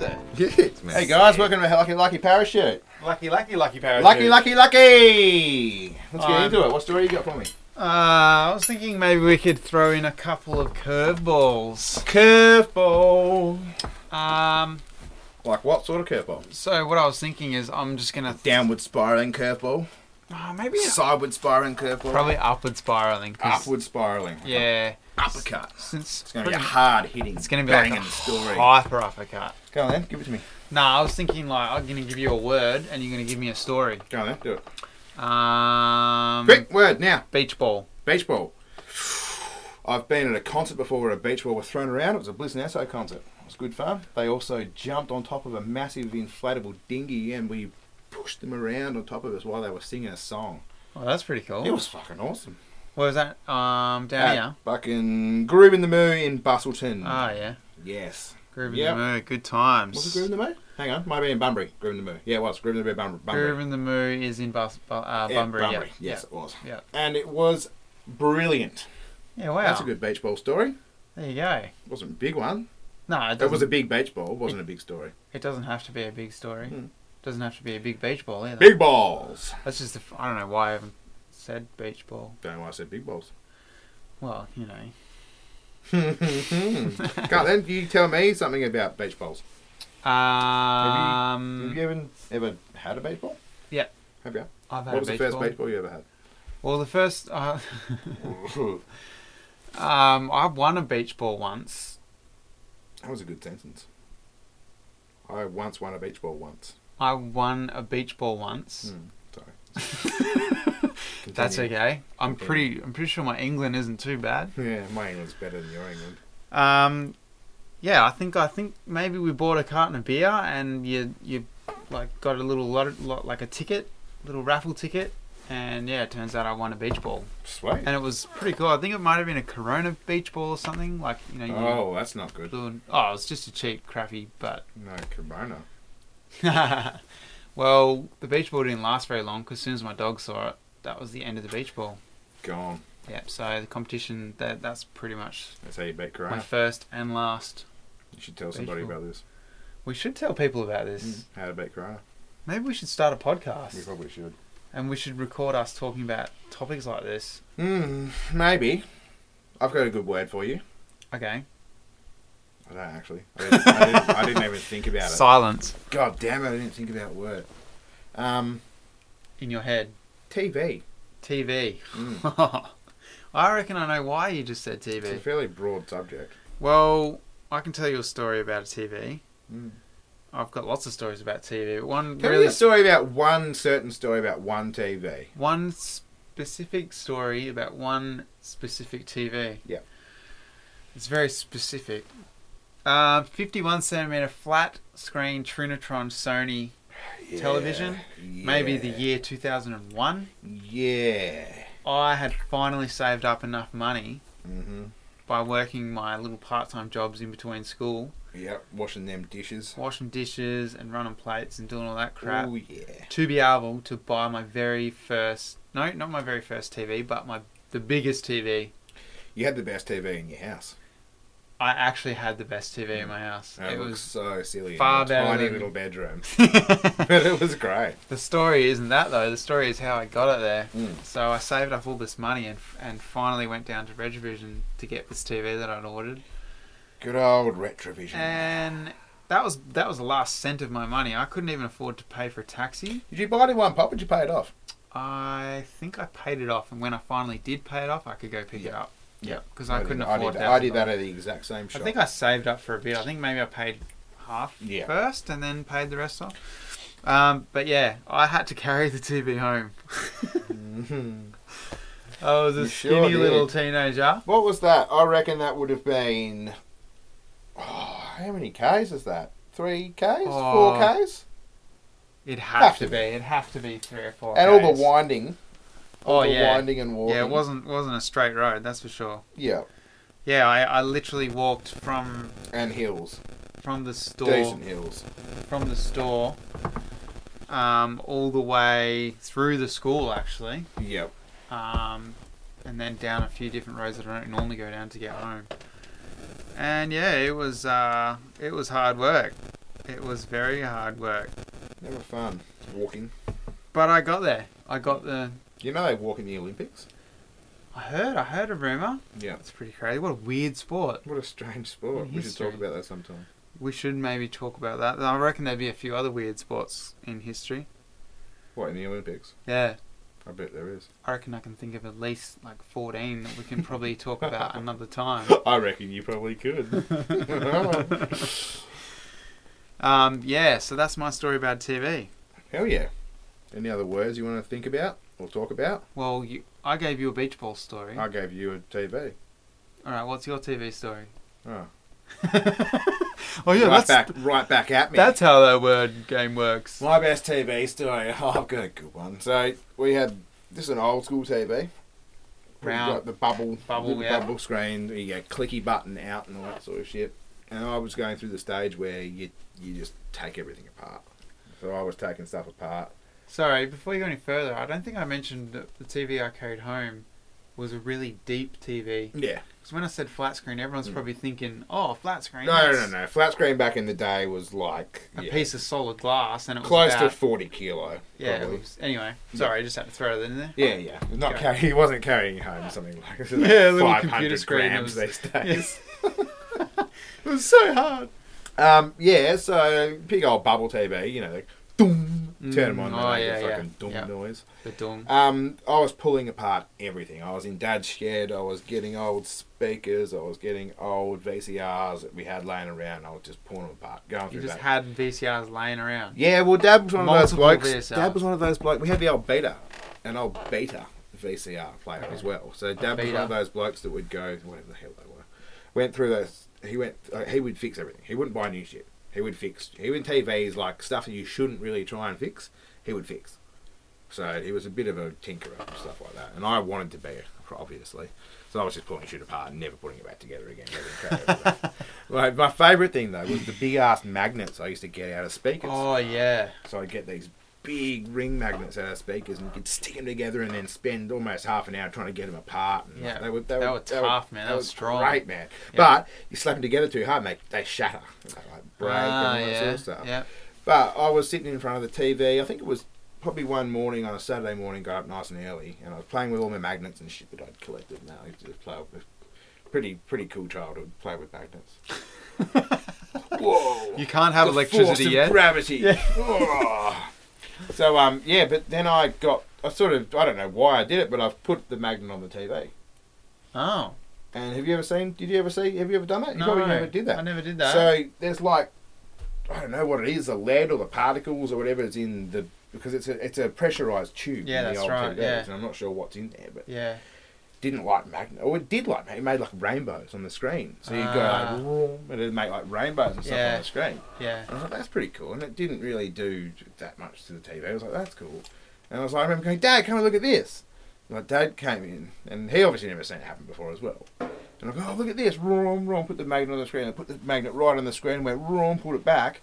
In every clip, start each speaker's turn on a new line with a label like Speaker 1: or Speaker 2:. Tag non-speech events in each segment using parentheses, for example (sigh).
Speaker 1: it?
Speaker 2: Yes, man.
Speaker 1: Hey guys, welcome to Lucky Lucky Parachute.
Speaker 3: Lucky, lucky, lucky parachute.
Speaker 1: Lucky, lucky, lucky. Let's get
Speaker 3: Um,
Speaker 1: into it. What story you got for me?
Speaker 3: Uh, I was thinking maybe we could throw in a couple of curveballs. Curveball. Um,
Speaker 1: Like what sort of curveball?
Speaker 3: so what I was thinking is I'm just gonna th-
Speaker 1: Downward spiraling curveball.
Speaker 3: oh, maybe
Speaker 1: Sideward spiraling curveball.
Speaker 3: probably upward spiraling. 'cause-
Speaker 1: upward spiraling.
Speaker 3: Yeah,
Speaker 1: Uppercut.
Speaker 3: since
Speaker 1: It's gonna be a
Speaker 3: pretty-
Speaker 1: hard hitting.
Speaker 3: it's gonna be
Speaker 1: banging
Speaker 3: like a
Speaker 1: story.
Speaker 3: hyper uppercut.
Speaker 1: Go on then, give it to me.
Speaker 3: Nah, I was thinking like I'm gonna give you a word and you're gonna give me a story.
Speaker 1: Go on then, do it.
Speaker 3: Um,
Speaker 1: Quick word now.
Speaker 3: beach ball.
Speaker 1: Beach ball. I've been at a concert before where a beach ball was thrown around. It was a Bliss Nassau concert. It was good fun. They also jumped on top of a massive inflatable dinghy and we pushed them around on top of us while they were singing a song.
Speaker 3: Oh, that's pretty cool.
Speaker 1: It was Uh, fucking awesome.
Speaker 3: Where was that? Um, down
Speaker 1: At
Speaker 3: here.
Speaker 1: Fucking Groove in the Moo in Bustleton.
Speaker 3: Oh yeah,
Speaker 1: yes.
Speaker 3: grooving
Speaker 1: Yep.
Speaker 3: the moo. Good times.
Speaker 1: Was it Groove in the Moo? Hang on, might have been Bunbury. Groove in the Moo. Yeah, it was. Groove in the Moo, Bunbury. Bunbury.
Speaker 3: Groove in the Moo is in Bus, Bu- uh,
Speaker 1: Yeah,
Speaker 3: Bunbury. Yeah,
Speaker 1: Yes, it was.
Speaker 3: Yeah.
Speaker 1: And it was brilliant.
Speaker 3: yeah. wow.
Speaker 1: That's a good beach ball story.
Speaker 3: there you go.
Speaker 1: It wasn't a big one.
Speaker 3: No, it
Speaker 1: It was
Speaker 3: doesn't.
Speaker 1: a big beach ball. It wasn't a big story.
Speaker 3: It doesn't have to be a big story.
Speaker 1: Hmm.
Speaker 3: Doesn't have to be a big beach ball either.
Speaker 1: Big balls.
Speaker 3: That's just the, f- I don't know why I haven't said beach ball.
Speaker 1: Don't know why I said
Speaker 3: (laughs)
Speaker 1: big balls.
Speaker 3: Well, you know.
Speaker 1: Can't then you tell me something about beach balls.
Speaker 3: Um,
Speaker 1: Have you ever, ever had a beach ball?
Speaker 3: Yeah.
Speaker 1: Have you?
Speaker 3: I've had
Speaker 1: What
Speaker 3: a
Speaker 1: was the
Speaker 3: beach
Speaker 1: first
Speaker 3: ball.
Speaker 1: beach ball you ever had? (laughs)
Speaker 3: Well, the first. Uh, (laughs) um, I won a beach ball once.
Speaker 1: that was a good sentence. I once won a beach ball once.
Speaker 3: I won a beach ball once.
Speaker 1: Hmm, sorry.
Speaker 3: That's
Speaker 1: Continue.
Speaker 3: okay. I'm
Speaker 1: Continue.
Speaker 3: pretty. I'm pretty sure my England isn't too bad.
Speaker 1: Yeah, my England's better than your England.
Speaker 3: Um, yeah, I think I think maybe we bought a carton of beer and you you like got a little lot, lot like a ticket, little raffle ticket, and yeah, it turns out I won a beach ball,
Speaker 1: Sweet.
Speaker 3: and it was pretty cool. I think it might have been a Corona beach ball or something like you know. You
Speaker 1: Oh, that's not good.
Speaker 3: Little, oh, it's just a cheap, crappy, but
Speaker 1: No, Corona.
Speaker 3: (laughs) well, the beach ball didn't last very long because as soon as my dog saw it, that was the end of the beach ball.
Speaker 1: Gone.
Speaker 3: Yep. So the competition that that's pretty much
Speaker 1: That's how you beat
Speaker 3: my
Speaker 1: Corona.
Speaker 3: first and last.
Speaker 1: You should tell somebody
Speaker 3: Baseball.
Speaker 1: about this.
Speaker 3: We should tell people about this.
Speaker 1: How to beat Corona.
Speaker 3: Maybe we should start a
Speaker 1: We
Speaker 3: podcast
Speaker 1: probably should.
Speaker 3: and we should record us talking about topics like this.
Speaker 1: Hmm, maybe. I've got a good word for you.
Speaker 3: Okay.
Speaker 1: I don't actually. I didn't, I didn't, I didn't even think about it.
Speaker 3: Silence
Speaker 1: God damn it! I didn't think about word. Um,
Speaker 3: in your head.
Speaker 1: TV.
Speaker 3: TV.
Speaker 1: Mm.
Speaker 3: (laughs) I reckon I know why you just said
Speaker 1: It's a
Speaker 3: TV.
Speaker 1: fairly broad subject.
Speaker 3: Well, I can tell you a story about a TV.
Speaker 1: Mm.
Speaker 3: I've got lots of stories about TV. but One
Speaker 1: Tell
Speaker 3: really,
Speaker 1: me a story about one certain story about one TV.
Speaker 3: one specific story about one specific TV.
Speaker 1: Yeah.
Speaker 3: It's very specific. Uh, 51 centimeter flat screen Trinitron Sony Television?
Speaker 1: Yeah.
Speaker 3: maybe the year 2001
Speaker 1: Yeah.
Speaker 3: i had finally saved up enough money
Speaker 1: Mm-hmm.
Speaker 3: by working my little part-time jobs in between school
Speaker 1: Yep. Washing them dishes.
Speaker 3: washing dishes and running plates and doing all that crap
Speaker 1: Oh yeah.
Speaker 3: to be able to buy my very first no not my very first tv but my the biggest tv
Speaker 1: You had the best TV in your house.
Speaker 3: i actually had the best tv in my house
Speaker 1: It,
Speaker 3: it
Speaker 1: looks
Speaker 3: was
Speaker 1: so silly.
Speaker 3: far
Speaker 1: in your
Speaker 3: better
Speaker 1: tiny
Speaker 3: than-
Speaker 1: little bedroom, (laughs)
Speaker 3: (laughs) the
Speaker 1: but it was great.
Speaker 3: story isn't that though the story is how i got it there
Speaker 1: Mm.
Speaker 3: so i saved up all this money and and finally went down to retrovision to get this tv that i'd ordered
Speaker 1: Good old retrovision.
Speaker 3: Eh. and that was that was the last cent of my money. I couldn't even afford to pay for a taxi.
Speaker 1: did you buy it in one pop? Or did you pay it off?
Speaker 3: I think I paid it off, and when I finally did pay it off, I could go pick it
Speaker 1: Yeah.
Speaker 3: up.
Speaker 1: Yeah.
Speaker 3: because I, couldn't
Speaker 1: did, I
Speaker 3: afford
Speaker 1: did,
Speaker 3: that.
Speaker 1: I did that at the exact same
Speaker 3: I
Speaker 1: shop.
Speaker 3: think I saved up for a bit. I think maybe I paid half
Speaker 1: Yeah.
Speaker 3: first, and then paid the rest off. Um, but yeah, I had to carry the TV home. (laughs)
Speaker 1: Mm-hmm.
Speaker 3: I was a
Speaker 1: You sure
Speaker 3: skinny
Speaker 1: did.
Speaker 3: little teenager.
Speaker 1: What was that? I reckon that would have been. Oh, how many Ks is that? Three Ks? Four
Speaker 3: Oh,
Speaker 1: Ks?
Speaker 3: It'd have,
Speaker 1: Have
Speaker 3: to
Speaker 1: to
Speaker 3: be. It'd have to be three or four.
Speaker 1: And all the
Speaker 3: Ks.
Speaker 1: winding. All
Speaker 3: Oh
Speaker 1: the
Speaker 3: yeah,
Speaker 1: winding and walking.
Speaker 3: yeah. It wasn't wasn't a straight road. That's for sure.
Speaker 1: Yeah,
Speaker 3: Yeah, I, I literally walked from
Speaker 1: and hills.
Speaker 3: from the store
Speaker 1: Decent hills.
Speaker 3: from the store um, all the way through the school actually,
Speaker 1: Yep.
Speaker 3: um, and then down a few different roads that I don't normally go down to get home. And yeah, it was uh, it was hard work. It was very hard work,
Speaker 1: Never fun walking.
Speaker 3: but I got there. I got the.
Speaker 1: You know they walk in the Olympics.
Speaker 3: I heard. I heard a rumor.
Speaker 1: Yeah.
Speaker 3: That's pretty crazy. What a weird sport.
Speaker 1: What a strange sport.
Speaker 3: In
Speaker 1: We should
Speaker 3: history.
Speaker 1: talk about that sometime.
Speaker 3: We should maybe talk about that. I reckon there'd be a few other weird sports in history.
Speaker 1: What in the Olympics?
Speaker 3: Yeah.
Speaker 1: I bet there is. (laughs)
Speaker 3: I reckon I can think of at least like 14 that we can
Speaker 1: (laughs)
Speaker 3: probably talk about another time.
Speaker 1: I reckon you
Speaker 3: (laughs)
Speaker 1: probably could.
Speaker 3: Um, yeah, so that's my story about TV.
Speaker 1: Hell yeah. Any other words you want to think about or talk about?
Speaker 3: Well, you, I gave you a beach ball story.
Speaker 1: I gave you a TV.
Speaker 3: All right, what's your TV story?
Speaker 1: Oh.
Speaker 3: (laughs) Oh yeah,
Speaker 1: right
Speaker 3: that's
Speaker 1: back, right back at me.
Speaker 3: that's how that word game works.
Speaker 1: My best TV story. (laughs) Oh, I've got a good one. So we had this is an old school TV. We've
Speaker 3: Round.
Speaker 1: got the bubble,
Speaker 3: Bubble,
Speaker 1: the
Speaker 3: yeah.
Speaker 1: bubble screen. You get clicky button out and all that sort of shit. And I was going through the stage where you you just take everything apart. So I was taking stuff apart.
Speaker 3: Sorry, before you go any further, I don't think I mentioned that the TV I carried home was a really deep TV.
Speaker 1: Yeah.
Speaker 3: Because when I said flat screen, everyone's
Speaker 1: Mm.
Speaker 3: probably thinking, "Oh, flat screen."
Speaker 1: No, no,
Speaker 3: that's
Speaker 1: no. Flat screen back in the day was like
Speaker 3: A
Speaker 1: yeah,
Speaker 3: piece of solid glass, and it was
Speaker 1: close
Speaker 3: about,
Speaker 1: to forty kilo.
Speaker 3: yeah.
Speaker 1: probably.
Speaker 3: it was- anyway, sorry, I just had to throw that in there.
Speaker 1: Yeah, yeah. Not
Speaker 3: Okay.
Speaker 1: carry, (laughs) he wasn't carrying home something like
Speaker 3: (laughs)
Speaker 1: this.
Speaker 3: Yeah, a little
Speaker 1: five
Speaker 3: computer
Speaker 1: hundred
Speaker 3: screen that
Speaker 1: grams
Speaker 3: was- (laughs)
Speaker 1: these days. (laughs)
Speaker 3: It was so hard.
Speaker 1: Um, yeah, so big old bubble TV, you know, like doom,
Speaker 3: Mm,
Speaker 1: turn them on,
Speaker 3: oh,
Speaker 1: they make
Speaker 3: yeah,
Speaker 1: a
Speaker 3: yeah,
Speaker 1: fucking doom
Speaker 3: yeah.
Speaker 1: noise.
Speaker 3: The dong.
Speaker 1: Um, I was pulling apart everything. I was in dad's shed. I was getting old speakers. I was getting old VCRs that we had laying around. I was just pulling them apart, going
Speaker 3: You
Speaker 1: through
Speaker 3: just
Speaker 1: that.
Speaker 3: had VCRs laying around.
Speaker 1: yeah, well, dad was one of those
Speaker 3: Multiple
Speaker 1: blokes.
Speaker 3: VCRs.
Speaker 1: Dad was one of those blokes. We had the old beta, an old beta VCR player as well. So dad was one
Speaker 3: Beta.
Speaker 1: of those blokes that would go whatever the hell they were. Went through those. He went. Uh, he would fix everything. He wouldn't buy new shit. He would fix. He would TVs like stuff that you shouldn't really try and fix. He would fix. So he was a bit of a tinkerer and stuff like that. And I wanted to be obviously. So I was just pulling shit apart and never putting it back together again. never carried it
Speaker 3: (laughs)
Speaker 1: back. Like, my favourite thing though was the big ass magnets I used to get out of speakers.
Speaker 3: Oh yeah.
Speaker 1: So I'd get these big ring magnets out of speakers and you could stick them together and then spend almost half an hour trying to get them apart. And
Speaker 3: Yeah,
Speaker 1: they were,
Speaker 3: they were tough, man. They were strong.
Speaker 1: Great, man.
Speaker 3: Yeah.
Speaker 1: But you slap them together too hard, mate, they shatter. They like break
Speaker 3: Ah,
Speaker 1: and all that
Speaker 3: yeah.
Speaker 1: sort of stuff.
Speaker 3: Yeah.
Speaker 1: But I was sitting in front of the TV. I think it was probably one morning on a Saturday morning, got up nice and early, and I was playing with all my magnets and shit that I'd collected. Now I used to play with pretty pretty cool childhood, play with magnets.
Speaker 3: (laughs)
Speaker 1: Whoa!
Speaker 3: You can't have
Speaker 1: The force
Speaker 3: electricity
Speaker 1: of
Speaker 3: yet.
Speaker 1: Gravity. (laughs) Oh. so um yeah, but then I got I sort of I don't know why I did it, but I've put the magnet on the TV.
Speaker 3: oh.
Speaker 1: And have you ever seen? Did you ever see? Have you ever done that? You probably never did that.
Speaker 3: I never did that.
Speaker 1: So there's like I don't know what it is, the lead or the particles or whatever is in the because it's a it's a pressurized tube.
Speaker 3: Yeah,
Speaker 1: in the
Speaker 3: that's
Speaker 1: old
Speaker 3: right,
Speaker 1: TVs,
Speaker 3: yeah.
Speaker 1: and I'm not sure what's in there, but it
Speaker 3: yeah.
Speaker 1: didn't like magnet. Oh, it did like magnet. It made like rainbows on the screen. So you go
Speaker 3: Ah.
Speaker 1: like, "Vroom," and it'd make like rainbows and stuff
Speaker 3: Yeah.
Speaker 1: on the screen. (laughs)
Speaker 3: Yeah.
Speaker 1: And I was like, that's pretty cool. And it didn't really do that much to the TV. I was like, that's cool. And I was like, I remember going, Dad, come and look at this. And my dad came in, and he obviously never seen it happen before as well. And I go, oh, look at this. Wrong, wrong. Put the magnet on the screen. I put the magnet right on the screen, went wrong, pulled it back.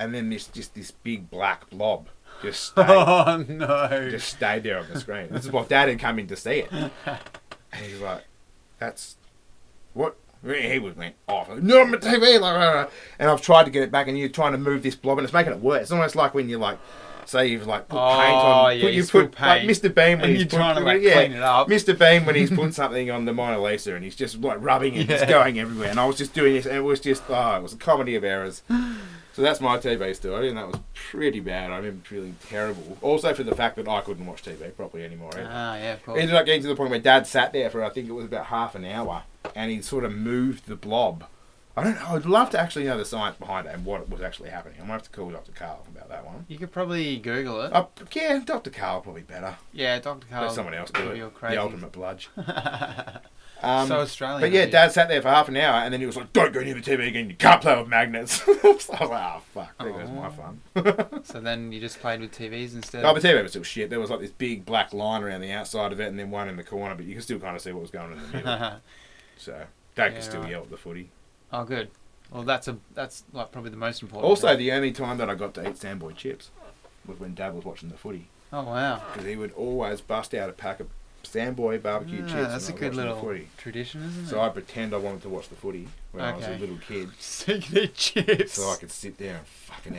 Speaker 1: And then this just this big black blob just stayed,
Speaker 3: Oh no. (laughs)
Speaker 1: just stayed there on the screen. This is what dad had come in to see it. And he's like, that's what? He was went off. No, my TV. Like, rah, rah. and I've tried to get it back, and you're trying to move this blob, and it's making it worse. It's almost like when you like, say you've like put paint
Speaker 3: Oh,
Speaker 1: on,
Speaker 3: yeah,
Speaker 1: put,
Speaker 3: you
Speaker 1: you
Speaker 3: spill
Speaker 1: put like
Speaker 3: paint.
Speaker 1: Mr. Bean when
Speaker 3: And
Speaker 1: he's
Speaker 3: you're
Speaker 1: put-
Speaker 3: trying to, like,
Speaker 1: yeah,
Speaker 3: clean it up.
Speaker 1: Mr. Bean when
Speaker 3: (laughs)
Speaker 1: he's putting something on the Mona Lisa, and he's just like rubbing it,
Speaker 3: Yeah.
Speaker 1: it's going everywhere. And I was just doing this, and it was just oh, it was a comedy of errors. So that's my TV story, and that was pretty bad. I remember feeling terrible. Also for the fact that I couldn't watch TV properly anymore. either.
Speaker 3: Ah, yeah, of
Speaker 1: It
Speaker 3: course.
Speaker 1: ended up getting to the point where Dad sat there for I think it was about half an hour, and he sort of moved the blob. I don't know. I'd love to actually know the science behind it and what was actually happening. I might have to call Dr. Carl about that one.
Speaker 3: You could probably Google it.
Speaker 1: Uh, yeah, Dr. Carl probably better.
Speaker 3: yeah, Dr. Carl.
Speaker 1: Let someone else do
Speaker 3: would
Speaker 1: it.
Speaker 3: be all
Speaker 1: The
Speaker 3: (laughs)
Speaker 1: ultimate bludge. Um,
Speaker 3: so Australian.
Speaker 1: but yeah,
Speaker 3: of you.
Speaker 1: Dad sat there for half an hour, and then he was like, "Don't go near the TV again. You can't play with magnets." (laughs) so I was like, "Oh fuck, there goes my
Speaker 3: Aw.
Speaker 1: fun."
Speaker 3: So then you just played with TVs instead. (laughs)
Speaker 1: Oh, but TV was still shit. There was like this big black line around the outside of it, and then one in the corner, but you could still kind of see what was going on in
Speaker 3: (laughs)
Speaker 1: the middle. so
Speaker 3: Yeah,
Speaker 1: Dad could still
Speaker 3: right.
Speaker 1: yell at the footy.
Speaker 3: Uh-huh. oh, good. Well, that's a that's like probably the most important.
Speaker 1: Also,
Speaker 3: thing.
Speaker 1: the only time that I got to eat Sandboy chips was when Dad was watching the footy
Speaker 3: Oh wow.
Speaker 1: because he would always bust out a pack of Sandboy barbecue
Speaker 3: Ah,
Speaker 1: chips. and
Speaker 3: that's a
Speaker 1: I
Speaker 3: good
Speaker 1: watched the
Speaker 3: little
Speaker 1: footy.
Speaker 3: tradition, isn't it?
Speaker 1: So I pretend I wanted to watch the footy when I was a
Speaker 3: Okay.
Speaker 1: little kid,
Speaker 3: so you can eat chips.
Speaker 1: so I could sit there and fucking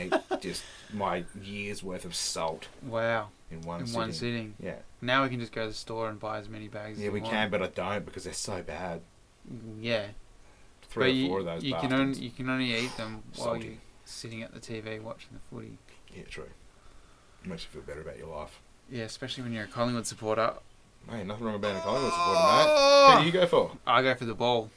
Speaker 3: (laughs)
Speaker 1: eat just my year's worth of salt
Speaker 3: wow,
Speaker 1: in one
Speaker 3: in
Speaker 1: sitting.
Speaker 3: one sitting.
Speaker 1: Yeah,
Speaker 3: Now we can just go to the store and buy as many bags.
Speaker 1: yeah,
Speaker 3: as
Speaker 1: we
Speaker 3: want.
Speaker 1: can, but I don't because they're so bad.
Speaker 3: Yeah,
Speaker 1: Three
Speaker 3: But
Speaker 1: or
Speaker 3: you,
Speaker 1: four of those.
Speaker 3: You
Speaker 1: bastards.
Speaker 3: can only you can only eat
Speaker 1: (laughs)
Speaker 3: them while
Speaker 1: Salty.
Speaker 3: you're sitting at the TV watching the footy.
Speaker 1: Yeah, true. Makes you feel better about your life.
Speaker 3: Yeah, especially when you're a Collingwood supporter.
Speaker 1: Hey, nothing wrong with being a Collingwood supporter, mate. Who do you go for?
Speaker 3: I go for the ball.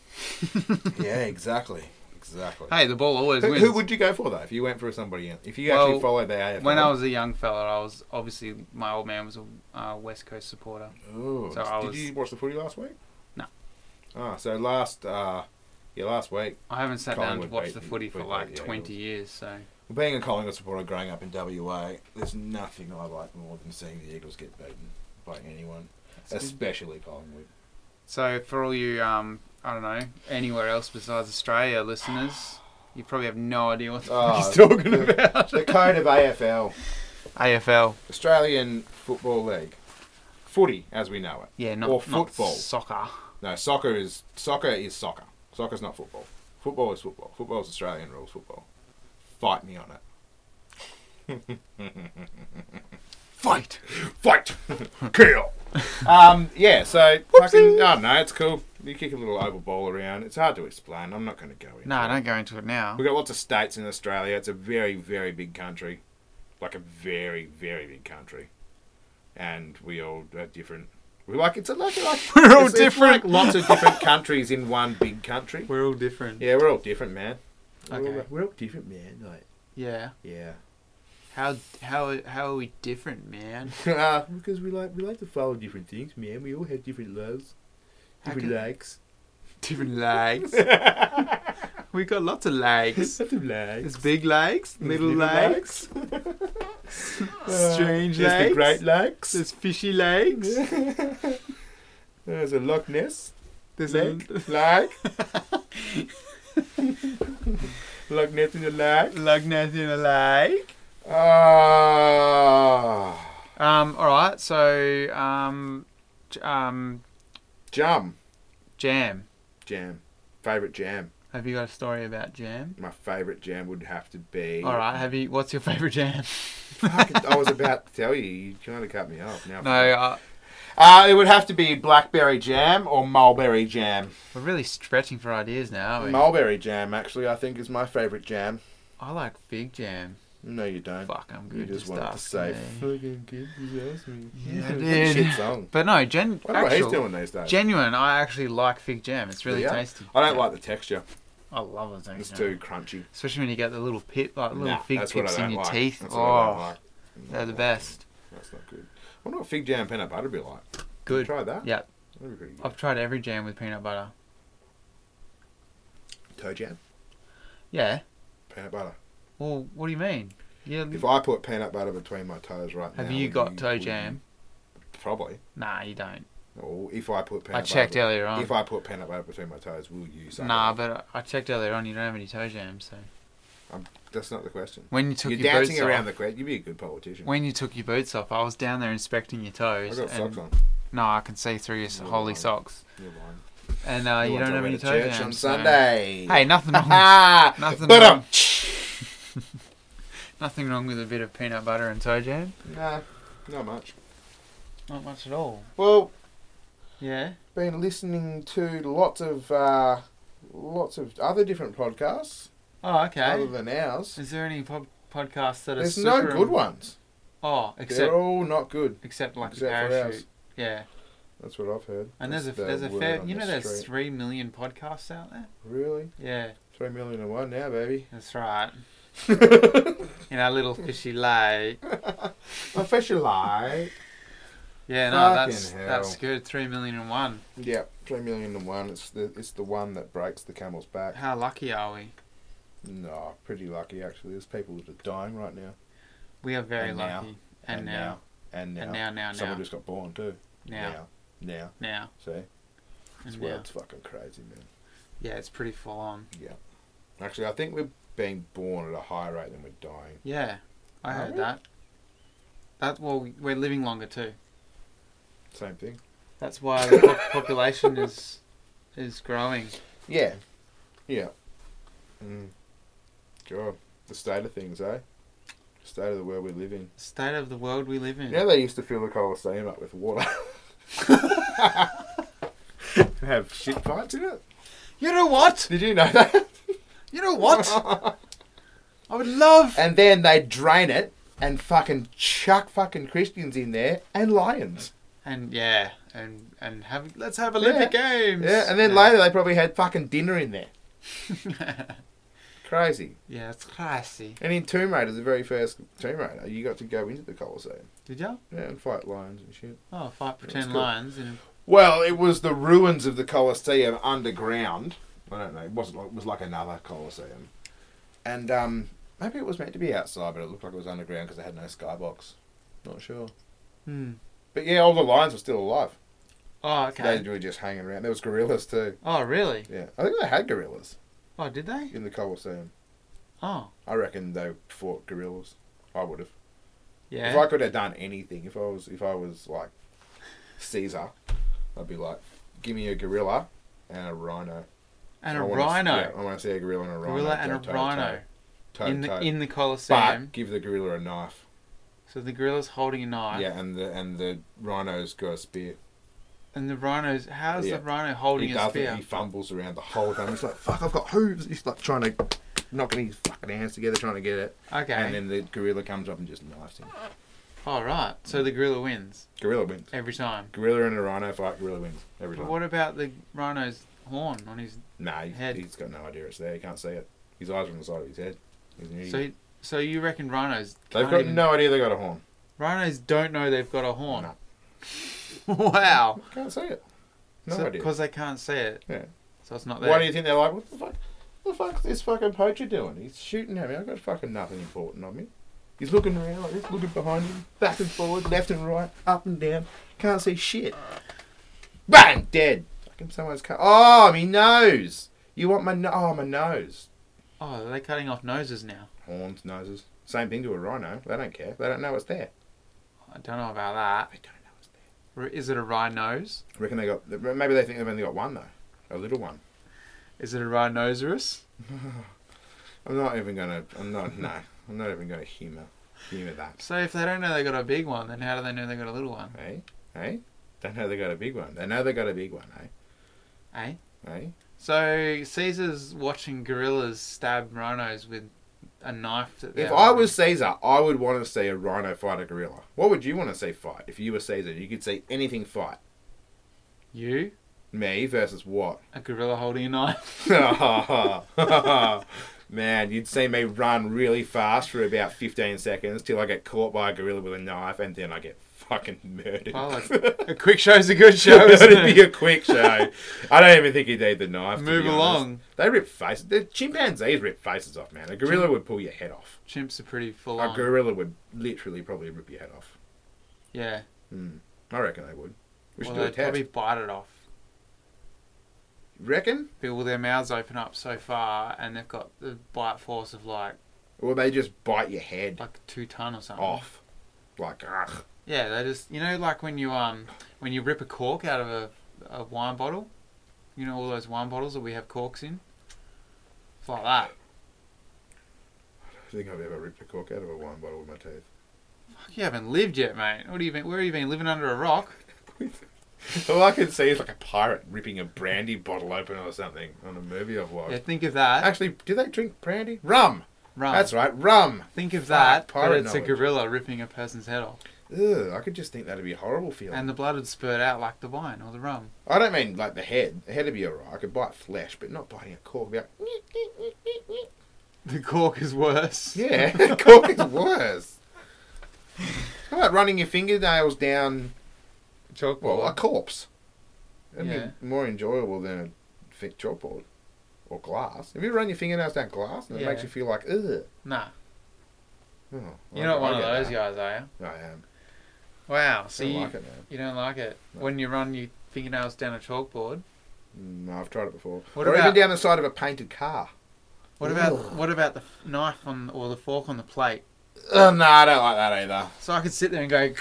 Speaker 1: yeah, exactly, exactly.
Speaker 3: Hey, the ball always
Speaker 1: who,
Speaker 3: wins.
Speaker 1: who would you go for though? If you went for somebody, else? if you actually
Speaker 3: Well,
Speaker 1: followed the AFL,
Speaker 3: when I was a young fella, I was obviously my old man was a uh, West Coast supporter.
Speaker 1: Ooh,
Speaker 3: so I
Speaker 1: did
Speaker 3: was-
Speaker 1: you watch the footy last week?
Speaker 3: No.
Speaker 1: Ah, so last, uh, yeah, last week.
Speaker 3: I haven't sat down to
Speaker 1: Collingwood
Speaker 3: watch
Speaker 1: beat-
Speaker 3: the footy for
Speaker 1: beat
Speaker 3: like
Speaker 1: the Eagles.
Speaker 3: 20 years, so
Speaker 1: Being a Collingwood supporter growing up in WA, there's nothing I like more than seeing the Eagles get beaten by anyone, especially Collingwood.
Speaker 3: so for all you um I don't know anywhere else besides Australia listeners, you probably have no idea what the
Speaker 1: Oh,
Speaker 3: fuck (laughs) he's talking
Speaker 1: the-
Speaker 3: about.
Speaker 1: the code of AFL,
Speaker 3: AFL,
Speaker 1: Australian Football League, footy as we know it.
Speaker 3: yeah, not,
Speaker 1: Or
Speaker 3: not
Speaker 1: football.
Speaker 3: soccer.
Speaker 1: No, soccer is soccer is soccer. Soccer's not football. Football is football. Football is Australian rules football. Fight me on it.
Speaker 3: Fight.
Speaker 1: Fight, (laughs) kill. um, yeah. So fucking, I don't know. It's cool. You kick a little oval ball around. It's hard to explain. I'm not going to go in.
Speaker 3: No, I don't go into it now.
Speaker 1: We've got lots of states in Australia. It's a very, very big country. Like a very, very big country. And we all are different. We're like, it's a, like, like
Speaker 3: (laughs) We're all
Speaker 1: it's- it's
Speaker 3: different.
Speaker 1: like lots of different countries in one big country.
Speaker 3: We're all different.
Speaker 1: Yeah, we're all different, man. We're all-
Speaker 3: Okay.
Speaker 1: we're all different, man. Like,
Speaker 3: Yeah.
Speaker 1: yeah.
Speaker 3: How how how are we different, man?
Speaker 1: Uh, because we like we like to follow different things, man. We all have different loves,
Speaker 3: How
Speaker 1: different
Speaker 3: can- (laughs)
Speaker 1: likes.
Speaker 3: (laughs) Different (laughs) legs. we got lots of legs.
Speaker 1: Lots of likes.
Speaker 3: There's big legs,
Speaker 1: There's
Speaker 3: (laughs) little,
Speaker 1: little
Speaker 3: legs, (laughs) strange
Speaker 1: There's
Speaker 3: legs.
Speaker 1: the great likes.
Speaker 3: There's fishy legs.
Speaker 1: There's a Loch Ness.
Speaker 3: There's
Speaker 1: Leg,
Speaker 3: a
Speaker 1: leg.
Speaker 3: (laughs)
Speaker 1: Loch Ness in the leg.
Speaker 3: lug nut in a leg.
Speaker 1: Ah.
Speaker 3: Um, all right. So, um, j- um,
Speaker 1: Jam.
Speaker 3: jam.
Speaker 1: Jam. Favourite jam.
Speaker 3: Have you got a story about jam?
Speaker 1: My favourite jam would have to be.
Speaker 3: All right. Have you? What's your favorite
Speaker 1: (laughs)
Speaker 3: jam?
Speaker 1: Fucking- I was about to tell you. You kind of cut me off now.
Speaker 3: No, I,
Speaker 1: Uh, it would have to be blackberry jam or mulberry jam.
Speaker 3: we're really stretching for ideas now. Aren't we?
Speaker 1: Mulberry jam, actually, I think is my favourite jam.
Speaker 3: I like fig jam.
Speaker 1: No, you don't.
Speaker 3: Fuck, I'm good.
Speaker 1: you just,
Speaker 3: want
Speaker 1: want to say.
Speaker 3: Me.
Speaker 1: (laughs) Fucking kid, you asked me.
Speaker 3: Yeah, I
Speaker 1: What a
Speaker 3: did.
Speaker 1: (laughs) Shit song.
Speaker 3: But no, gen.
Speaker 1: I wonder what he's
Speaker 3: actual-
Speaker 1: doing these days.
Speaker 3: Genuine, I actually like fig jam. It's really
Speaker 1: Yeah.
Speaker 3: tasty.
Speaker 1: I don't like the texture.
Speaker 3: I love it. don't
Speaker 1: It's
Speaker 3: you?
Speaker 1: too crunchy.
Speaker 3: Especially when you get the little pit, like little
Speaker 1: Nah,
Speaker 3: fig
Speaker 1: that's what I
Speaker 3: pips in
Speaker 1: don't
Speaker 3: your
Speaker 1: like.
Speaker 3: teeth.
Speaker 1: That's
Speaker 3: oh,
Speaker 1: what I don't like.
Speaker 3: they're the best.
Speaker 1: That's not good. I wonder what fig jam and peanut butter would be like.
Speaker 3: Good.
Speaker 1: Try that.
Speaker 3: Yeah, Oh.
Speaker 1: That'd be pretty good.
Speaker 3: I've tried every jam with peanut butter.
Speaker 1: Toe jam,
Speaker 3: Yeah.
Speaker 1: peanut butter.
Speaker 3: Well, what do you mean? Yeah.
Speaker 1: If I put peanut butter between my toes right now.
Speaker 3: Have you
Speaker 1: would
Speaker 3: got toe
Speaker 1: would you-
Speaker 3: jam?
Speaker 1: Probably.
Speaker 3: Nah, you don't.
Speaker 1: Or if I put peanut
Speaker 3: I checked
Speaker 1: butter,
Speaker 3: earlier on.
Speaker 1: If I put peanut butter between my toes, will you say?
Speaker 3: Nah, but I I checked earlier on. You don't have any toe jam. So
Speaker 1: That's not the question.
Speaker 3: when you took
Speaker 1: You're
Speaker 3: your
Speaker 1: dancing
Speaker 3: boots
Speaker 1: around
Speaker 3: off,
Speaker 1: the question. You'd be a good politician.
Speaker 3: when you took your boots off, I was down there inspecting your
Speaker 1: I've
Speaker 3: toes.
Speaker 1: got
Speaker 3: and
Speaker 1: socks on.
Speaker 3: No, I can see through your s-
Speaker 1: You're
Speaker 3: holy
Speaker 1: lying.
Speaker 3: socks.
Speaker 1: You're lying.
Speaker 3: And uh, you
Speaker 1: ones
Speaker 3: don't have
Speaker 1: I wear
Speaker 3: any
Speaker 1: to
Speaker 3: toe
Speaker 1: church
Speaker 3: jam.
Speaker 1: on
Speaker 3: so-
Speaker 1: Sunday.
Speaker 3: Hey, nothing
Speaker 1: (laughs)
Speaker 3: wrong. with-
Speaker 1: Ah,
Speaker 3: nothing
Speaker 1: but
Speaker 3: wrong.
Speaker 1: um,
Speaker 3: Nothing wrong with a bit of peanut butter and toe jam.
Speaker 1: um, (sniffs) nah, not much.
Speaker 3: Not much at all.
Speaker 1: Well,
Speaker 3: Yeah.
Speaker 1: been listening to lots of uh, lots of other different podcasts
Speaker 3: Oh, okay.
Speaker 1: other than ours.
Speaker 3: Is there any pod- podcasts that are
Speaker 1: There's
Speaker 3: super
Speaker 1: no good ones.
Speaker 3: Oh, except
Speaker 1: They're all not good.
Speaker 3: except like
Speaker 1: except for
Speaker 3: the
Speaker 1: ours.
Speaker 3: parachute. Yeah.
Speaker 1: That's what I've heard.
Speaker 3: And
Speaker 1: That's
Speaker 3: there's a
Speaker 1: the
Speaker 3: there's a
Speaker 1: word
Speaker 3: fair
Speaker 1: on
Speaker 3: you
Speaker 1: the
Speaker 3: know there's
Speaker 1: street.
Speaker 3: three million podcasts out there.
Speaker 1: really
Speaker 3: Yeah,
Speaker 1: three million and one
Speaker 3: (laughs)
Speaker 1: now, baby.
Speaker 3: that's right. In our little fishy lake.
Speaker 1: Officially,
Speaker 3: Yeah, no,
Speaker 1: Fucking
Speaker 3: that's
Speaker 1: hell.
Speaker 3: that's good. Three million and one.
Speaker 1: yeah, three million and one. It's the it's the one that breaks the camel's back.
Speaker 3: How lucky are we?
Speaker 1: No, pretty lucky actually. There's people that are dying right now.
Speaker 3: We are very
Speaker 1: And now.
Speaker 3: lucky. And, now,
Speaker 1: and now,
Speaker 3: and now, now, now,
Speaker 1: someone just got born too.
Speaker 3: now, now,
Speaker 1: now, now. See,
Speaker 3: and
Speaker 1: this
Speaker 3: now.
Speaker 1: world's fucking crazy, man.
Speaker 3: Yeah, it's pretty full on.
Speaker 1: Actually, I think we're being born at a higher rate than we're dying.
Speaker 3: Yeah, I
Speaker 1: Are
Speaker 3: heard
Speaker 1: we?
Speaker 3: that. That well, we're living longer too.
Speaker 1: Same thing.
Speaker 3: That's why the
Speaker 1: (laughs)
Speaker 3: pop- population is is growing.
Speaker 1: Yeah. Yeah. Mm. God, the state of things, eh? The state of the world we live in.
Speaker 3: State of the world we live in.
Speaker 1: You know they used to fill the Colosseum up with water. (laughs) Have shit fights in it.
Speaker 3: You know what?
Speaker 1: Did you know that?
Speaker 3: You know
Speaker 1: (laughs)
Speaker 3: what? I would love.
Speaker 1: and then they drain it and fucking chuck fucking Christians in there and lions.
Speaker 3: And yeah, and and have let's have Olympic Games.
Speaker 1: Yeah, and then
Speaker 3: (laughs)
Speaker 1: later they probably had fucking dinner in there. Crazy.
Speaker 3: yeah, it's classy.
Speaker 1: And in Tomb Raider, the very first Tomb Raider, you got to go into the Colosseum.
Speaker 3: Did you?
Speaker 1: Yeah, and fight lions and shit.
Speaker 3: Oh, fight pretend
Speaker 1: cool.
Speaker 3: lions and
Speaker 1: Well, it was the ruins of the Colosseum underground. I don't know. It wasn't. Like, it was like another Colosseum, and um, maybe it was meant to be outside, but it looked like it was underground because they had no skybox. Not sure.
Speaker 3: hmm.
Speaker 1: But yeah, all the lions were still alive.
Speaker 3: Oh, okay.
Speaker 1: They were just hanging around. There was gorillas too.
Speaker 3: Oh, really?
Speaker 1: Yeah, I think they had gorillas
Speaker 3: Oh, did they?
Speaker 1: in the Colosseum.
Speaker 3: Oh,
Speaker 1: I reckon they fought gorillas. I would have. If I
Speaker 3: yeah.
Speaker 1: could have done anything, if I was, if I was like Caesar, I'd be like, give me a gorilla and a rhino.
Speaker 3: And
Speaker 1: I
Speaker 3: a
Speaker 1: wanna-
Speaker 3: rhino,
Speaker 1: yeah, I want to see a gorilla and a rhino.
Speaker 3: gorilla, and
Speaker 1: go
Speaker 3: a
Speaker 1: toe-to-toe,
Speaker 3: rhino in the
Speaker 1: toe-to-toe.
Speaker 3: in the Colosseum.
Speaker 1: But give the gorilla a knife.
Speaker 3: So the gorilla's holding a knife.
Speaker 1: Yeah, and the and the rhino's got a spear.
Speaker 3: And the rhino's how's
Speaker 1: Yeah.
Speaker 3: the rhino holding
Speaker 1: he
Speaker 3: a
Speaker 1: doesn't.
Speaker 3: spear?
Speaker 1: He fumbles around the whole time. He's like, "Fuck! I've got hooves." He's like trying to knocking his fucking hands together, trying to get it.
Speaker 3: Okay.
Speaker 1: And then the gorilla comes up and just knifes him.
Speaker 3: All right. So the gorilla wins
Speaker 1: Gorilla wins.
Speaker 3: every time.
Speaker 1: Gorilla and a rhino fight. Gorilla wins every
Speaker 3: But
Speaker 1: time.
Speaker 3: what about the rhino's horn on his?
Speaker 1: Nah, he,
Speaker 3: Head.
Speaker 1: he's got no idea it's there. He can't see it. His eyes are on the side of his head. He's an idiot.
Speaker 3: So he- so you reckon rhinos?
Speaker 1: They've
Speaker 3: can't
Speaker 1: got
Speaker 3: even-
Speaker 1: no idea they got a horn.
Speaker 3: Rhinos don't know they've got a horn.
Speaker 1: No.
Speaker 3: (laughs) wow.
Speaker 1: Can't see it. No idea.
Speaker 3: Because they can't see it.
Speaker 1: Yeah.
Speaker 3: So it's not there.
Speaker 1: Why do you think they're like, what the fuck? What the fuck's this fucking poacher doing? He's shooting at me. I've got fucking nothing important on me. He's looking around like this, looking behind him, back and forward, left and right, up and down. Can't see shit. Bang! Dead. Fucking someone's cut. Oh, my nose! You want my no- Oh, my nose.
Speaker 3: oh, they're cutting off noses now.
Speaker 1: Horns, noses. Same thing to a rhino. They don't care. They don't know it's there.
Speaker 3: I don't know about that.
Speaker 1: They don't know it's there.
Speaker 3: R- Is it a rhinos?
Speaker 1: Reckon they got. Maybe they think they've only got one though, a little one.
Speaker 3: Is it a rhinoceros?
Speaker 1: I'm not even gonna. I'm not. no. I'm not even gonna humour humour that.
Speaker 3: So if they don't know they got a big one, then how do they know they got a little one?
Speaker 1: Hey, hey, Eh? they know they got a big one. They know they got a big one. Hey,
Speaker 3: Eh?
Speaker 1: hey.
Speaker 3: So Caesar's watching gorillas stab rhinos with a knife. That they're
Speaker 1: If I was Caesar, I would want to see a rhino fight a gorilla. What would you want to see fight if you were Caesar? You could see anything fight.
Speaker 3: you,
Speaker 1: Me versus what? (laughs)
Speaker 3: a gorilla holding a knife. (laughs)
Speaker 1: Man, you'd see me run really fast for about 15 seconds till I get caught by a gorilla with a knife and then I get fucking murdered.
Speaker 3: Well,
Speaker 1: (laughs)
Speaker 3: a, a quick show's a good show. isn't
Speaker 1: It'd be
Speaker 3: it?
Speaker 1: a quick show. I don't even think he'd need the knife. to
Speaker 3: Move
Speaker 1: be honest.
Speaker 3: along.
Speaker 1: They rip faces. The chimpanzees rip faces off, man. A gorilla would pull your head off.
Speaker 3: Chimps are pretty full
Speaker 1: A
Speaker 3: on.
Speaker 1: gorilla would literally probably rip your head off.
Speaker 3: yeah.
Speaker 1: Mm. I reckon they would. We should
Speaker 3: Well,
Speaker 1: do a
Speaker 3: they'd
Speaker 1: test.
Speaker 3: probably bite it off.
Speaker 1: Reckon?
Speaker 3: But all their mouths open up so far, and they've got the bite force of like
Speaker 1: Or they just bite your head
Speaker 3: like two ton or something.
Speaker 1: off. Like, ugh.
Speaker 3: Yeah, they just you know like when you um when you rip a cork out of a, a wine bottle, you know all those wine bottles that we have corks in. It's like that.
Speaker 1: I don't think I've ever ripped a cork out of a wine bottle with my teeth. (laughs)
Speaker 3: Fuck, you haven't lived yet, mate. What do you been? Where have you been living under a rock?
Speaker 1: All I can see is like a pirate ripping a brandy bottle open or something on a movie I've watched.
Speaker 3: Yeah, think of that.
Speaker 1: Actually, do they drink brandy? Rum.
Speaker 3: Rum.
Speaker 1: That's right, rum.
Speaker 3: Think of
Speaker 1: Fuck,
Speaker 3: that. But
Speaker 1: pirate
Speaker 3: it's
Speaker 1: knowledge.
Speaker 3: a gorilla ripping a person's head off,
Speaker 1: Ugh, I could just think that'd be a horrible feeling.
Speaker 3: and the blood would spurt out like the wine or the rum. (laughs)
Speaker 1: I don't mean like the head. The head would be alright. I could bite flesh, but not biting a cork. Be like,
Speaker 3: The cork is worse.
Speaker 1: (laughs) yeah, cork is worse. How about running your fingernails down
Speaker 3: Chalkboard.
Speaker 1: well a corpse? That'd
Speaker 3: Yeah.
Speaker 1: be more enjoyable than a fi- chalkboard or glass. Have you run your fingernails down glass and it
Speaker 3: Yeah.
Speaker 1: makes you feel like ugh?
Speaker 3: nah,
Speaker 1: Oh,
Speaker 3: you're
Speaker 1: I-
Speaker 3: not
Speaker 1: I
Speaker 3: one of
Speaker 1: get
Speaker 3: those
Speaker 1: that.
Speaker 3: guys, are you?
Speaker 1: I am.
Speaker 3: Wow. So
Speaker 1: I don't
Speaker 3: you,
Speaker 1: like it, man.
Speaker 3: you don't like it
Speaker 1: No.
Speaker 3: when you run your fingernails down a chalkboard.
Speaker 1: No, Mm, I've tried it before.
Speaker 3: What
Speaker 1: or even
Speaker 3: about-
Speaker 1: down the side of a painted car.
Speaker 3: What about
Speaker 1: Ugh.
Speaker 3: what about the f- knife on or the fork on the plate?
Speaker 1: Oh, no, I don't like that either.
Speaker 3: So I could sit there and go.
Speaker 1: You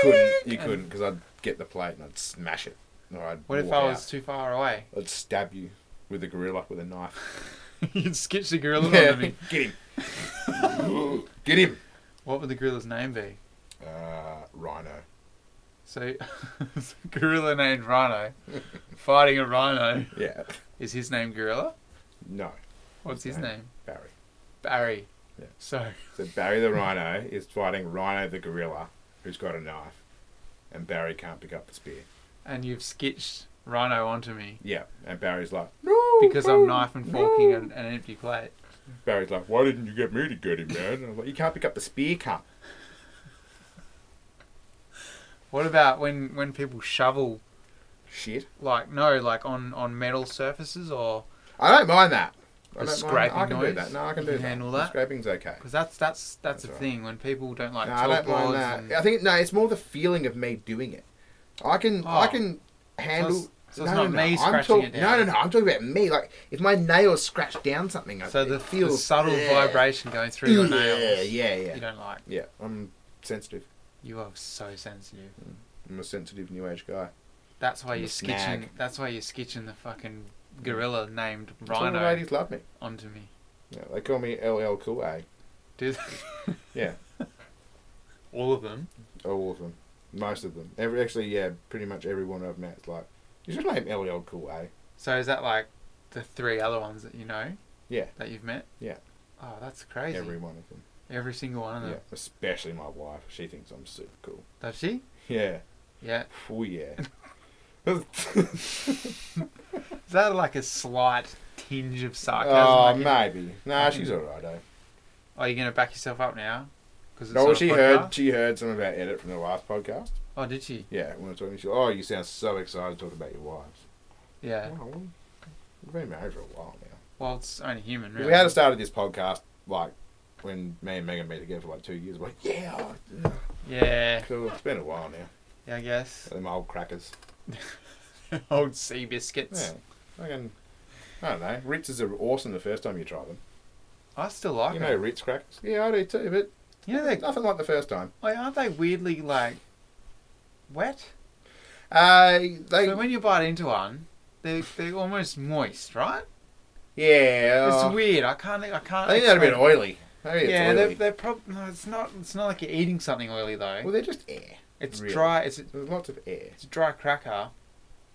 Speaker 1: couldn't. You couldn't because I'd get the plate and I'd smash it. Or I'd
Speaker 3: What if
Speaker 1: walk
Speaker 3: I
Speaker 1: out.
Speaker 3: was too far
Speaker 1: (laughs)
Speaker 3: away?
Speaker 1: I'd stab you with a gorilla with a knife.
Speaker 3: (laughs) You'd skitch the gorilla
Speaker 1: Yeah,
Speaker 3: onto me.
Speaker 1: get him. (laughs) get him.
Speaker 3: (laughs) What would the gorilla's name be?
Speaker 1: Uh, rhino.
Speaker 3: So, (laughs) it's a gorilla named
Speaker 1: (laughs)
Speaker 3: Rhino, fighting a rhino.
Speaker 1: Yeah.
Speaker 3: Is his name Gorilla?
Speaker 1: No,
Speaker 3: What's his
Speaker 1: Yeah.
Speaker 3: name?
Speaker 1: Barry.
Speaker 3: Barry.
Speaker 1: Yeah.
Speaker 3: So,
Speaker 1: So Barry the rhino is fighting Rhino the gorilla, who's got a knife, and Barry can't pick up the spear.
Speaker 3: and you've skitched Rhino onto me
Speaker 1: Yeah, and Barry's like, no,
Speaker 3: because I'm
Speaker 1: no,
Speaker 3: knife and forking
Speaker 1: no."
Speaker 3: an, an empty plate.
Speaker 1: Barry's like, why didn't you get me to get him, man? And I'm like, you can't pick up the spear, cup.
Speaker 3: What about when when people shovel
Speaker 1: Shit.
Speaker 3: like no like on on metal surfaces or
Speaker 1: I don't mind that. I
Speaker 3: The
Speaker 1: don't
Speaker 3: scraping
Speaker 1: mind. I can do
Speaker 3: noise?
Speaker 1: that. No, I can
Speaker 3: You
Speaker 1: do
Speaker 3: can
Speaker 1: that.
Speaker 3: handle
Speaker 1: The
Speaker 3: that?
Speaker 1: scraping's okay.
Speaker 3: because that's that's that's,
Speaker 1: That's
Speaker 3: a
Speaker 1: all right.
Speaker 3: thing when people don't like
Speaker 1: No,
Speaker 3: top
Speaker 1: I don't mind
Speaker 3: boards
Speaker 1: that.
Speaker 3: and-
Speaker 1: I think no, it's more the feeling of me doing it. I can, I
Speaker 3: Oh.
Speaker 1: can handle.
Speaker 3: so it's, so it's
Speaker 1: no,
Speaker 3: not
Speaker 1: no, no.
Speaker 3: me
Speaker 1: I'm
Speaker 3: scratching
Speaker 1: talk-
Speaker 3: it down.
Speaker 1: No, no, no. I'm talking about me. Like if my nails scratch down something, I-
Speaker 3: So the,
Speaker 1: it feels
Speaker 3: the subtle
Speaker 1: Yeah.
Speaker 3: vibration going through your
Speaker 1: Yeah,
Speaker 3: nails,
Speaker 1: Yeah, yeah,
Speaker 3: you don't like.
Speaker 1: yeah. I'm sensitive.
Speaker 3: You are so sensitive.
Speaker 1: I'm a sensitive new age guy.
Speaker 3: That's why
Speaker 1: And
Speaker 3: you're
Speaker 1: the
Speaker 3: skitching.
Speaker 1: snag.
Speaker 3: That's why you're skitching the fucking gorilla named
Speaker 1: That's why The
Speaker 3: Rhino
Speaker 1: ladies love me.
Speaker 3: onto me.
Speaker 1: Yeah, they call me LL Cool A.
Speaker 3: Do (laughs)
Speaker 1: Yeah,
Speaker 3: all of them?
Speaker 1: all of them, most of them. Every actually, yeah, pretty much everyone I've met's like, you should name LL Cool A.
Speaker 3: So is that like the three other ones that you know?
Speaker 1: Yeah.
Speaker 3: That you've met.
Speaker 1: Yeah.
Speaker 3: Oh, that's crazy. Uh-huh.
Speaker 1: Every
Speaker 3: Every,
Speaker 1: one of them.
Speaker 3: single one of them.
Speaker 1: Yeah, especially my wife. She thinks I'm super cool.
Speaker 3: Does she?
Speaker 1: Yeah.
Speaker 3: Yeah. (laughs)
Speaker 1: Oh yeah.
Speaker 3: Is that like a slight tinge of sarcasm?
Speaker 1: oh,
Speaker 3: like in-
Speaker 1: maybe. Nah, she's alright. Eh?
Speaker 3: Are you going to back yourself up now? Because it's
Speaker 1: No,
Speaker 3: on a
Speaker 1: she
Speaker 3: podcast?
Speaker 1: heard. She heard some of our edit from the last podcast.
Speaker 3: Oh, did she?
Speaker 1: Yeah, when we were talking, she oh, you sound so excited talking about your wives.
Speaker 3: Yeah.
Speaker 1: Oh, well, we've been married for a while now.
Speaker 3: Well, it's only human, really.
Speaker 1: We had started this podcast like when me and Megan been together for like two years. We're like, yeah, oh, yeah,
Speaker 3: Yeah.
Speaker 1: cool. It's been a while now.
Speaker 3: Yeah, I guess. (laughs)
Speaker 1: Them old crackers.
Speaker 3: Old sea biscuits.
Speaker 1: Yeah, I I don't know. Ritzes are awesome the first time you try them.
Speaker 3: I still like
Speaker 1: You
Speaker 3: them.
Speaker 1: know Ritz crackers? Yeah, I do too, but
Speaker 3: you know, they
Speaker 1: nothing like the first time.
Speaker 3: like, aren't they weirdly like wet?
Speaker 1: Uh, they,
Speaker 3: so when you bite into one, they they're almost moist, right?
Speaker 1: yeah, oh,
Speaker 3: it's weird. I can't. I can't.
Speaker 1: I think they're a bit
Speaker 3: explain-
Speaker 1: oily. Maybe it's
Speaker 3: Yeah,
Speaker 1: oily.
Speaker 3: they're, they're prob- no, it's not. It's not like you're eating something oily though.
Speaker 1: well, they're just air.
Speaker 3: it's
Speaker 1: really.
Speaker 3: dry. It's a,
Speaker 1: There's lots of air,
Speaker 3: it's a dry cracker.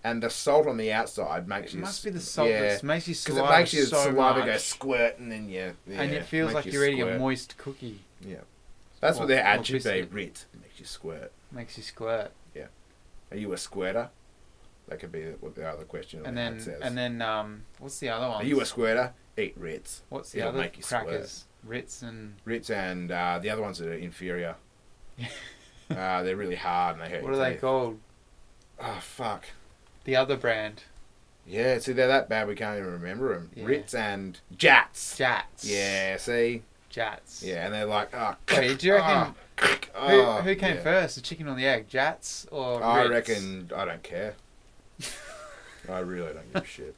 Speaker 1: and the salt on the outside makes
Speaker 3: It
Speaker 1: you.
Speaker 3: must
Speaker 1: s-
Speaker 3: be the salt
Speaker 1: yeah.
Speaker 3: that makes you
Speaker 1: Because
Speaker 3: saliva
Speaker 1: it makes your
Speaker 3: so
Speaker 1: saliva
Speaker 3: much,
Speaker 1: go squirt and then you. Yeah,
Speaker 3: and it feels
Speaker 1: makes
Speaker 3: like you're eating a
Speaker 1: squirt.
Speaker 3: moist cookie.
Speaker 1: That's
Speaker 3: or-
Speaker 1: what their
Speaker 3: or
Speaker 1: ad should be.
Speaker 3: biscuit.
Speaker 1: Rit makes you squirt.
Speaker 3: Makes you squirt.
Speaker 1: Are you a squirter? That could be what the other question. on
Speaker 3: And
Speaker 1: the ad
Speaker 3: then
Speaker 1: says.
Speaker 3: and then um, what's the other one?
Speaker 1: are you a squirter? Eat Ritz.
Speaker 3: What's the
Speaker 1: It'll
Speaker 3: other
Speaker 1: make you
Speaker 3: crackers? Ritz and
Speaker 1: Ritz and uh, the other ones that
Speaker 3: (laughs)
Speaker 1: are inferior. uh, they're really hard and they hurt.
Speaker 3: what are
Speaker 1: your
Speaker 3: they
Speaker 1: teeth.
Speaker 3: called?
Speaker 1: Oh fuck.
Speaker 3: The other brand,
Speaker 1: Yeah, see they're that bad we can't even remember them.
Speaker 3: Yeah.
Speaker 1: Ritz and Jats.
Speaker 3: Jats.
Speaker 1: Yeah, see,
Speaker 3: Jats.
Speaker 1: yeah, and they're like, oh,
Speaker 3: Wait, do you reckon- Who,
Speaker 1: oh,
Speaker 3: who came
Speaker 1: yeah.
Speaker 3: first, the chicken or the egg? Jats or
Speaker 1: I
Speaker 3: Ritz?
Speaker 1: reckon I
Speaker 3: (laughs)
Speaker 1: don't care. I really don't give a shit.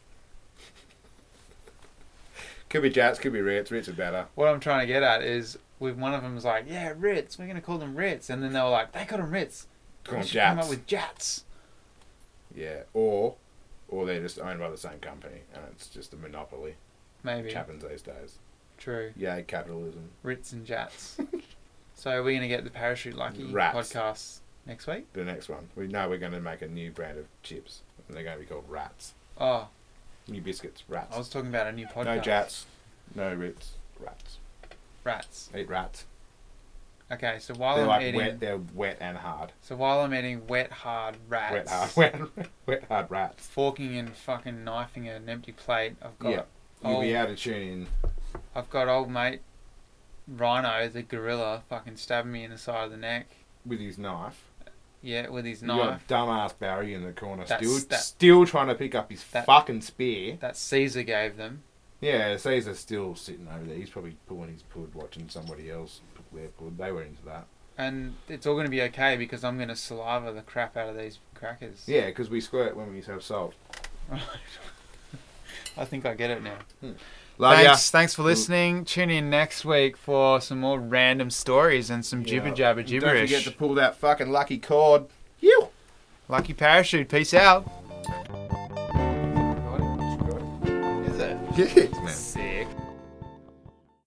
Speaker 1: Could be Jats, could be Ritz. Ritz are better.
Speaker 3: What I'm trying to get at is with one of them was like, yeah, Ritz, we're going to call them Ritz. And then they were like, they call them Ritz.
Speaker 1: Call
Speaker 3: We
Speaker 1: them
Speaker 3: should come
Speaker 1: Jats.
Speaker 3: up with Jats.
Speaker 1: Yeah, or or they're just owned by the same company and it's just a monopoly.
Speaker 3: Maybe.
Speaker 1: Which happens these days.
Speaker 3: True.
Speaker 1: Yay, capitalism.
Speaker 3: Ritz and Jats. so we're going to get the Parachute Lucky
Speaker 1: Rats.
Speaker 3: podcast next week?
Speaker 1: The next one, we know we're going to make a new brand of chips and they're going to be called Rats.
Speaker 3: Oh,
Speaker 1: New biscuits,
Speaker 3: I
Speaker 1: Rats.
Speaker 3: was talking about a new podcast.
Speaker 1: No Jats, no Ritz, Rats.
Speaker 3: Rats.
Speaker 1: Eat rats.
Speaker 3: Okay, so while
Speaker 1: They're
Speaker 3: Oh, I'm
Speaker 1: like
Speaker 3: eating...
Speaker 1: wet. They're wet and hard.
Speaker 3: So while I'm eating wet, hard rats...
Speaker 1: Wet hard. (laughs) Wet, wet hard rats.
Speaker 3: Forking and fucking knifing an empty plate. I've got
Speaker 1: Yeah. You'll be
Speaker 3: Oh.
Speaker 1: out of tune
Speaker 3: I've got old mate Rhino, the gorilla, fucking stabbing me in the side of the neck.
Speaker 1: with his knife.
Speaker 3: Yeah, with his
Speaker 1: You got
Speaker 3: knife.
Speaker 1: dumbass Barry in the corner,
Speaker 3: That's-
Speaker 1: still
Speaker 3: that-
Speaker 1: still trying to pick up his
Speaker 3: that-
Speaker 1: fucking spear.
Speaker 3: That Caesar gave them.
Speaker 1: Yeah, Caesar's still sitting over there. He's probably pulling his pud, watching somebody else pull their pud. They were into that.
Speaker 3: And it's all going to be okay because I'm going to saliva the crap out of these crackers.
Speaker 1: Yeah, because we squirt when we have salt.
Speaker 3: I think I get it now.
Speaker 1: Love ya.
Speaker 3: thanks, thanks for listening. Tune in next week for some more random stories and some
Speaker 1: Yeah.
Speaker 3: jibber jabber
Speaker 1: Don't forget
Speaker 3: gibberish.
Speaker 1: to pull that fucking lucky cord. You.
Speaker 3: Lucky parachute. Peace out.
Speaker 1: Got it.
Speaker 3: Is it?
Speaker 1: (laughs) Yes, man.
Speaker 3: Sick.